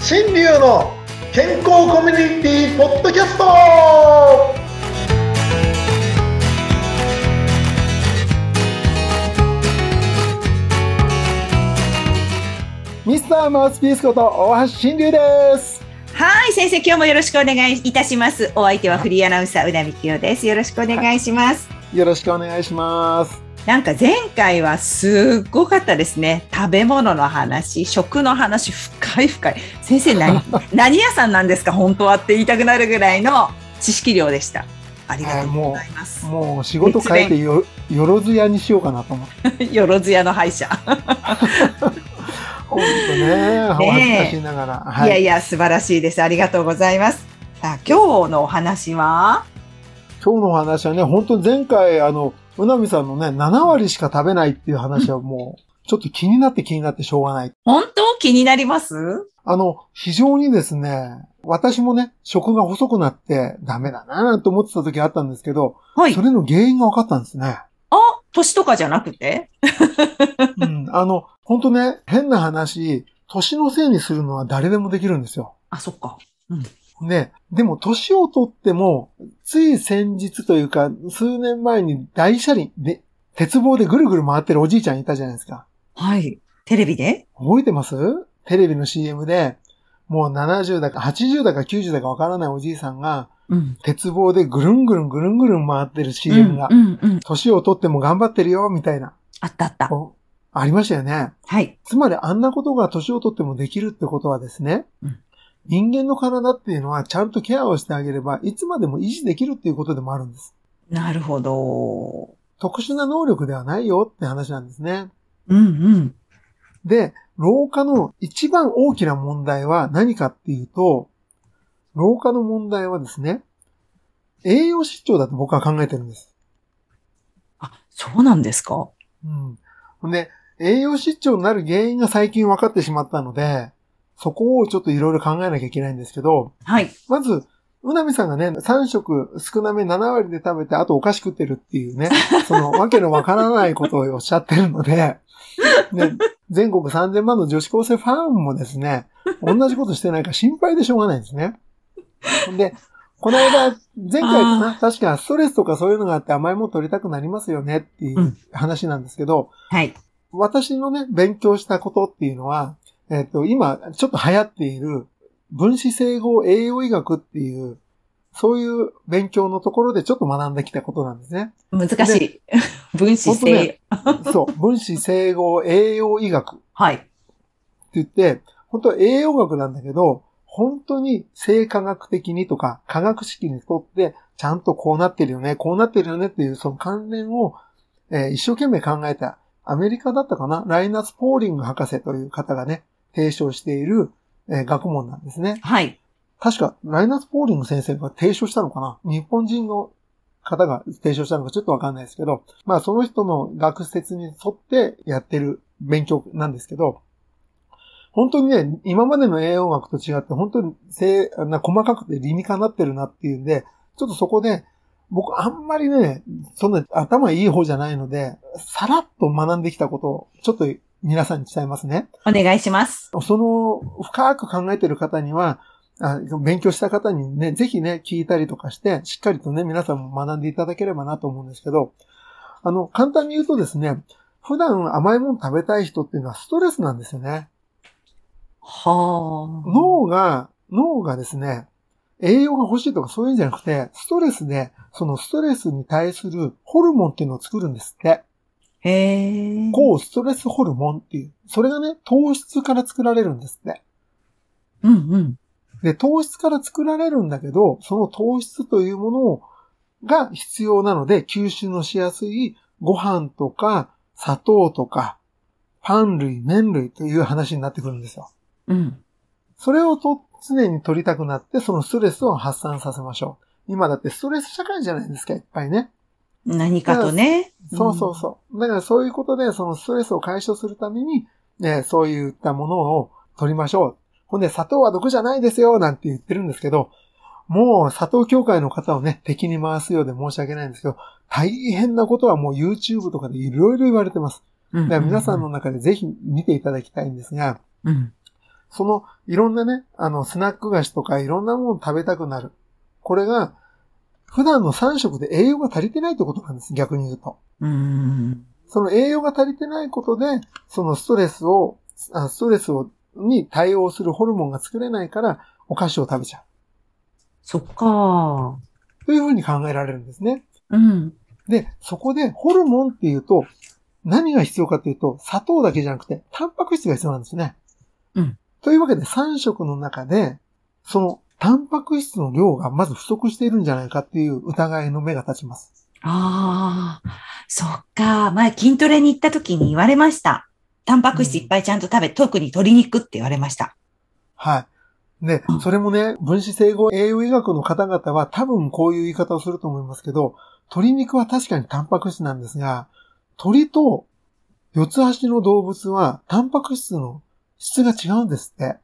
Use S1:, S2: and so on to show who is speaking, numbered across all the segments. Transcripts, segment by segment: S1: 新流の健康コミュニティポッドキャストは
S2: ミスターマウスピースこと大橋新流です。
S3: はい、先生、今日もよろしくお願いいたします。お相手はフリーアナウンサー宇田美希代です。よろしくお願いします。
S2: よろしくお願いします。
S3: なんか前回はすっごかったですね。食べ物の話、食の話、深い深い。先生、何、 何屋さんなんですか本当はって言いたくなるぐらいの知識量でした。ありがとうございます。
S2: もう仕事変えてよ、よろずやにしようかなと思って。
S3: よろずやの歯医者。、
S2: 本当ね、お恥ずかしいながら。はい
S3: やいや、素晴らしいです。ありがとうございます。さあ、今日のお話は
S2: 今日のお話はね、本当前回、あの、うなみさんのね、7割しか食べないっていう話はもう、 ちょっと気になって気になってしょうがない。
S3: 本当気になります
S2: あの、非常にですね、私もね、食が細くなってダメだなぁと思ってた時あったんですけど、
S3: はい
S2: そ。れの原因が分かったんですね。
S3: あ、年とかじゃなくて
S2: うん、あの、本当ね、変な話、年のせいにするのは誰でもできるんですよ。
S3: あ、そっか。
S2: ね、でも年をとっても、つい先日というか、数年前に大車輪で、鉄棒でぐるぐる回ってるおじいちゃんいたじゃないですか。
S3: はい。テレビで
S2: 覚えてますテレビの CM で、もう70だか80だか90だかわからないおじいさんが、
S3: うん。
S2: 鉄棒でぐるんぐるんぐるんぐるん回ってる
S3: う
S2: CM
S3: ん
S2: が
S3: う、んうん。
S2: 年をとっても頑張ってるよ、みたいな、
S3: あったあった。
S2: こうありましたよね。
S3: はい。
S2: つまりあんなことが年をとってもできるってことはですね、
S3: うん
S2: 人間の体っていうのはちゃんとケアをしてあげれば、いつまでも維持できるっていうことでもあるんです。
S3: なるほど。
S2: 特殊な能力ではないよって話なんですね。
S3: うんうん。
S2: で、老化の一番大きな問題は何かっていうと、老化の問題はですね、栄養失調だと僕は考えてるんです。
S3: あ、そうなんですか
S2: うん。ほんで、栄養失調になる原因が最近分かってしまったので、そこをちょっといろいろ考えなきゃいけないんですけど、
S3: はい。
S2: まず、うなみさんがね、3食少なめ7割で食べて、あとお菓子食ってるって いうね、そのわけのわからないことをおっしゃってるので、ね、全国3000万の女子高生ファンもですね、同じことしてないから心配でしょうがないんですね。で、この間、前回かな、確かストレスとかそういうのがあって甘いもの取りたくなりますよねっていう話なんですけど、
S3: はい。
S2: 私のね、勉強したことっていうのは、えっ、と、今、ちょっと流行っている、分子整合栄養医学っていう、そういう勉強のところでちょっと学んできたことなんですね。
S3: 難しい。分子
S2: 本当
S3: 性。
S2: そう、分子整合栄養医学って
S3: はい。
S2: 言って、本当は栄養学なんだけど、本当に生科学的にとか、科学式にとって、ちゃんとこうなってるよね、こうなってるよねっていうその関連を、えー一生懸命考えた、アメリカだったかなライナス・ポーリング博士という方がね、提唱している、えー学問なんですね。
S3: はい。
S2: 確か、ライナス・ポーリング先生が提唱したのかな日本人の方が提唱したのかちょっとわかんないですけど、まあその人の学説に沿ってやってる勉強なんですけど、本当にね、今までの栄養学と違って、本当にせいあんな細かくて理にかなってるなっていうんで、ちょっとそこで、僕あんまりね、そんな頭いい方じゃないので、さらっと学んできたことを、ちょっと皆さんに伝えますね。
S3: お願いします。
S2: その深く考えてる方には、あ勉強した方にね、ぜひね、聞いたりとかして、しっかりとね、皆さんも学んでいただければなと思うんですけど、あの、簡単に言うとですね、普段甘いもの食べたい人っていうのはストレスなんですよね。
S3: はあ。
S2: 脳が、脳がですね、栄養が欲しいとかそういうんじゃなくて、ストレスで、そのストレスに対するホルモンっていうのを作るんですって。
S3: へえ。
S2: 抗ストレスホルモンっていう。それがね、糖質から作られるんですって。
S3: うんうん。
S2: で、糖質から作られるんだけど、その糖質というものをが必要なので、吸収のしやすいご飯とか砂糖とかパン類、麺類という話になってくるんですよ。
S3: うん。
S2: それをと常に取りたくなって、そのストレスを発散させましょう。今だってストレス社会じゃないですか、いっぱいね。
S3: 何かとね。
S2: そうそうそう。だからそういうことで、そのストレスを解消するために、ね、そういったものを取りましょう。ほんで、砂糖は毒じゃないですよ、なんて言ってるんですけど、もう砂糖協会の方をね、敵に回すようで申し訳ないんですけど、大変なことはもう YouTube とかでいろいろ言われてます。
S3: うん。
S2: だから皆さんの中でぜひ見ていただきたいんですが、
S3: うん。
S2: その、いろんなね、あの、スナック菓子とかいろんなものを食べたくなる。これが、普段の3食で栄養が足りてないってことなんです、逆に言うと。
S3: うん。
S2: その栄養が足りてないことで、そのストレスを、あストレスを、に対応するホルモンが作れないから、お菓子を食べちゃ
S3: そっか。
S2: う。というふうに考えられるんですね。
S3: うん。
S2: で、そこで、ホルモンっていうと、何が必要かというと、砂糖だけじゃなくて、タンパク質が必要なんですね。
S3: うん。
S2: というわけで、3食の中で、その、タンパク質の量がまず不足しているんじゃないかっていう疑いの目が立ちます。
S3: ああ、そっか。前筋トレに行った時に言われました。タンパク質いっぱいちゃんと食べ、特に鶏肉って言われました。
S2: はい。で
S3: うん、
S2: それもね、分子整合栄養医学の方々は多分こういう言い方をすると思いますけど、鶏肉は確かにタンパク質なんですが、鳥と四つ足の動物はタンパク質の質が違うんですって。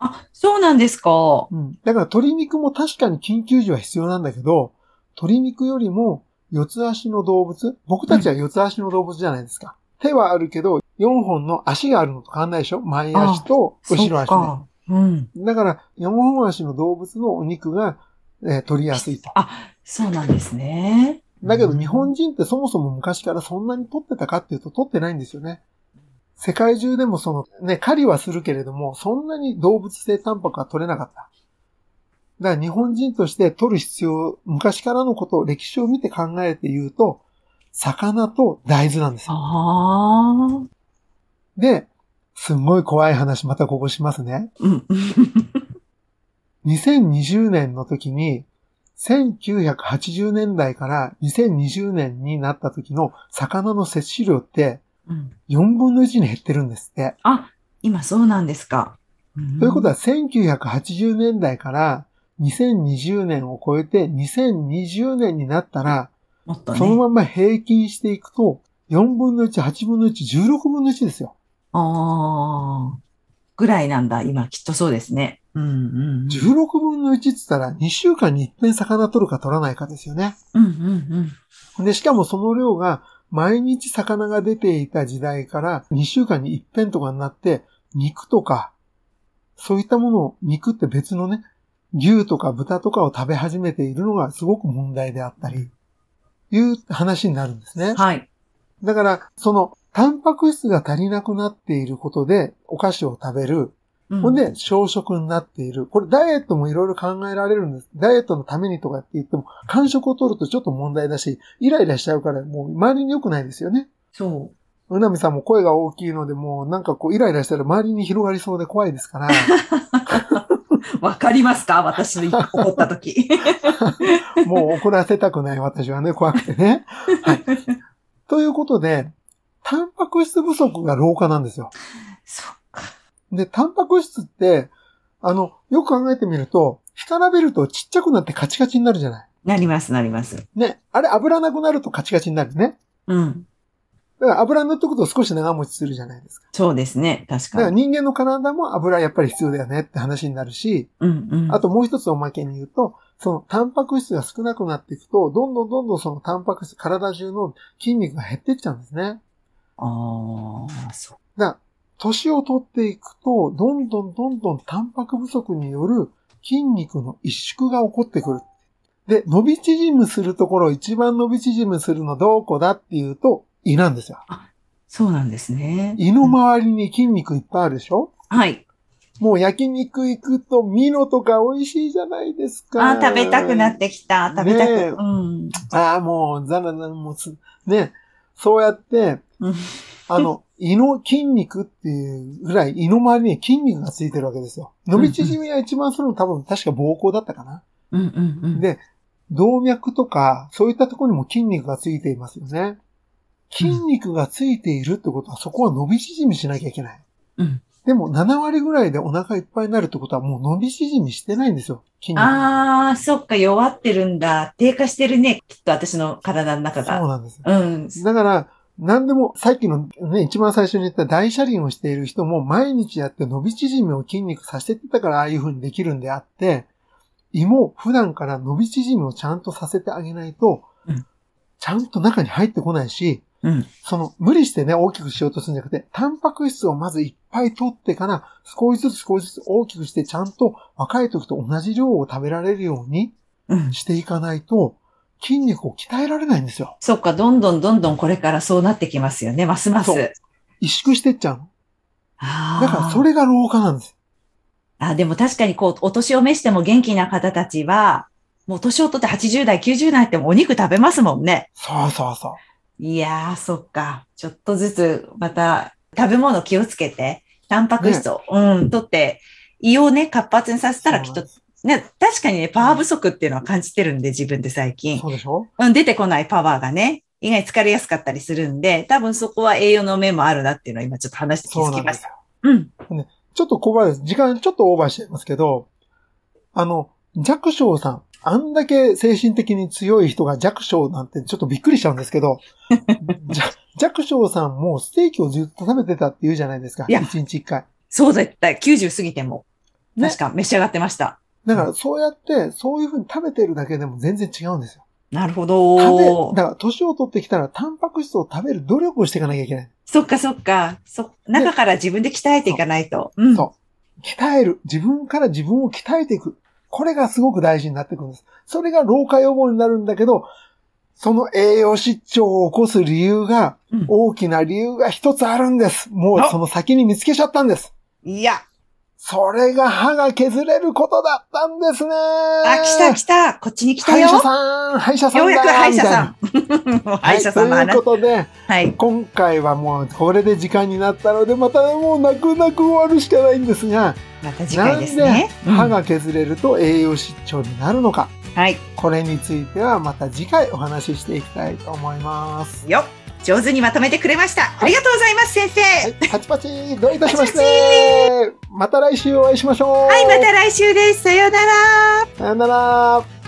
S3: あ、そうなんですか。
S2: うん。だから鶏肉も確かに緊急時は必要なんだけど、鶏肉よりも四つ足の動物、僕たちは四つ足の動物じゃないですか。手はあるけど、4本の足があるのと変わんないでしょ前足と後ろ
S3: そっ
S2: 足ね。
S3: か。うん。
S2: だから、4本足の動物のお肉が、えー取りやすいと。
S3: あ、そうなんですね。
S2: だけど日本人ってそもそも昔からそんなに取ってたかっていうと取ってないんですよね。世界中でもそのね、狩りはするけれども、そんなに動物性タンパクは取れなかった。だから日本人として取る必要、昔からのことを歴史を見て考えて言うと、魚と大豆なんですよ。
S3: ああ。
S2: で、すんごい怖い話またここしますね。
S3: うん。
S2: 2020年の時に、1980年代から2020年になった時の魚の摂取量って
S3: うん
S2: 4分の1に減ってるんですって。
S3: あ、今そうなんですか。
S2: ということ
S3: は、
S2: は1980年代から2020年を超えて2020年になったら、
S3: もっとね。
S2: そのまんま平均していくと4分の1、8分の1、16分の1ですよ。
S3: ああ。ぐらいなんだ。今きっとそうですね。うんうんうん。
S2: 16分の1って言ったら2週間に一遍魚取るか取らないかですよね。
S3: うんうん
S2: で、しかもその量が毎日魚が出ていた時代から2週間に一遍とかになって、肉とか、そういったものを、肉って別のね、牛とか豚とかを食べ始めているのがすごく問題であったり、いう話になるんです
S3: う
S2: ね
S3: ん。。はい。
S2: だから、その、タンパク質が足りなくなっていることでお菓子を食べる。
S3: うん
S2: ほんで、小食になっている。これ、ダイエットもいろいろ考えられるんです。ダイエットのためにとかって言っても、間食を取るとちょっと問題だし、イライラしちゃうから、もう周りに良くないですよね。
S3: そう
S2: なみさんも声が大きいので、もうなんかこう、イライラしたら周りに広がりそうで怖いです から。
S3: う。わかりますか私 の怒った時。
S2: もう怒らせたくない私はね、怖くてね。はい。ということで、タンパク質不足が老化なんですよ。
S3: そっか。
S2: で、タンパク質って、あの、よく考えてみると、干からべるとちっちゃくなってカチカチになるじゃない。
S3: なります、なります。
S2: ね。あれ、油なくなるとカチカチになるね。
S3: うん。
S2: だから油塗っとくと少し長持ちするじゃないですか。
S3: そうですね。確
S2: だから
S3: かに。
S2: 人間の体も油やっぱり必要だよねって話になるし、
S3: うんうん。
S2: あともう一つおまけに言うと、そのタンパク質が少なくなっていくと、どんどんどんどんそのタンパク質、体中の筋肉が減っていっちゃうんですね。
S3: ああ、そう。
S2: だから、年を取っていくと、どんどんどんどんタンパク不足による筋肉の萎縮が起こってくる。で、伸び縮むするところ、一番伸び縮むするのどこだっていうと、胃なんですよ。
S3: そうなんですね。
S2: 胃の周りに筋肉いっぱいあるでしょ
S3: はい。
S2: もう焼肉行くとミノとか美味しいじゃないですか。
S3: あー食べたくなってきた。食べたく。
S2: ねえ
S3: うん。
S2: ああ、もう、ザラザラ、もうす、ね。そうやって、
S3: うん
S2: あ の、胃の筋肉っていうぐらい、胃の周りに筋肉がついてるわけですよ。伸び縮みが一番するの多分、確か膀胱だったかな。
S3: うんうんうん。
S2: で、動脈とか、そういったところにも筋肉がついていますよね。筋肉がついているってことは、そこは伸び縮みしなきゃいけない。
S3: うん
S2: でも、7割ぐらいでお腹いっぱいになるってことは、もう伸び縮みしてないんですよ、筋肉。
S3: ああ、そっか、弱ってるんだ。低下してるね。きっと私の体の中
S2: そう
S3: が。
S2: なんですよ。
S3: うん。
S2: だから、何でも、さっきのね、一番最初に言った大車輪をしている人も毎日やって伸び縮みを筋肉させてたからああいう風にできるんであって、胃も普段から伸び縮みをちゃんとさせてあげないと
S3: うん、
S2: ちゃんと中に入ってこないし、
S3: うん。
S2: その、無理してね、大きくしようとするんじゃなくて、タンパク質をまずいっぱい取ってから、少しずつ少しずつ大きくして、ちゃんと若い時と同じ量を食べられるように
S3: うん。
S2: していかないと、筋肉を鍛えられないんですよ。
S3: そっか、どんどんどんどんこれからそうなってきますよね、ますま
S2: そう
S3: す。
S2: 萎縮してっちゃうの。
S3: あ
S2: だから、そ
S3: れ。
S2: れが老化なんです。
S3: あ、でも確かにこう、お年を召しても元気な方たちは、もう年を取って80代、90代ってもうお肉食べますもんね。
S2: そうそうそう。
S3: いやー、そっか。ちょっとずつ、また、食べ物気をつけて、タンパク質を、うん、取って、胃をね、活発にさせたらきっと、ね、確かにね、パワー不足っていうのは感じてるんで、自分で最近。
S2: そうでしょ
S3: うん、出てこないパワーがね、意外に疲れやすかったりするんで、多分そこは栄養の面もあるなっていうのを今ちょっと話して気
S2: そう
S3: づ
S2: な
S3: き
S2: ん
S3: ま
S2: で
S3: し
S2: す
S3: た。
S2: よ。
S3: うん。
S2: ちょっとここは時間ちょっとオーバーしちゃいますけど、あの、弱小さん、あんだけ精神的に強い人が弱小なんてちょっとびっくりしちゃうんですけ ど、じゃ弱小さんもステーキをずっと食べてたって言うじゃないですか。
S3: いや
S2: 一日一回。
S3: そうだった。90過ぎても。
S2: ね
S3: 確か召し上がってました。
S2: だからそうやって、そういう風に食べてるだけでも全然違うんですよ。
S3: なるほ
S2: 食べ、
S3: ど。
S2: だから年を取ってきたらタンパク質を食べる努力をしていかなきゃいけない。
S3: そっかそっか。そ中から自分で鍛えていかないと。うん。
S2: そう鍛える。自分から自分を鍛えていく。これがすごく大事になってくるんです。それが老化予防になるんだけど、その栄養失調を起こす理由が、
S3: うん
S2: 大きな理由が一つあるんです。もう
S3: あ
S2: その先に見つけちゃったんです。
S3: いや、
S2: それが歯が削れることだったんですね。
S3: あ、来た来た。こっちに来たよ。
S2: 歯医者さん、歯医者さんだ
S3: ようやく歯医者さん。 歯医者さんの
S2: はい、とい
S3: 話
S2: う。ことで、
S3: はい。
S2: 今回はもうこれで時間になったので、またもう泣く泣く終わるしかないんですが、
S3: また次回です
S2: なん
S3: ね。
S2: 歯
S3: うん
S2: が削れると栄養失調になるのか、
S3: はい。
S2: これについてはまた次回お話ししていきたいと思います。
S3: よ。上手にまとめてくれました。ありがとうございます、先 生。
S2: はい、パチパチどういたしましてまた来週お会いしましょう
S3: はい、また来週です。さようなら。
S2: さよなら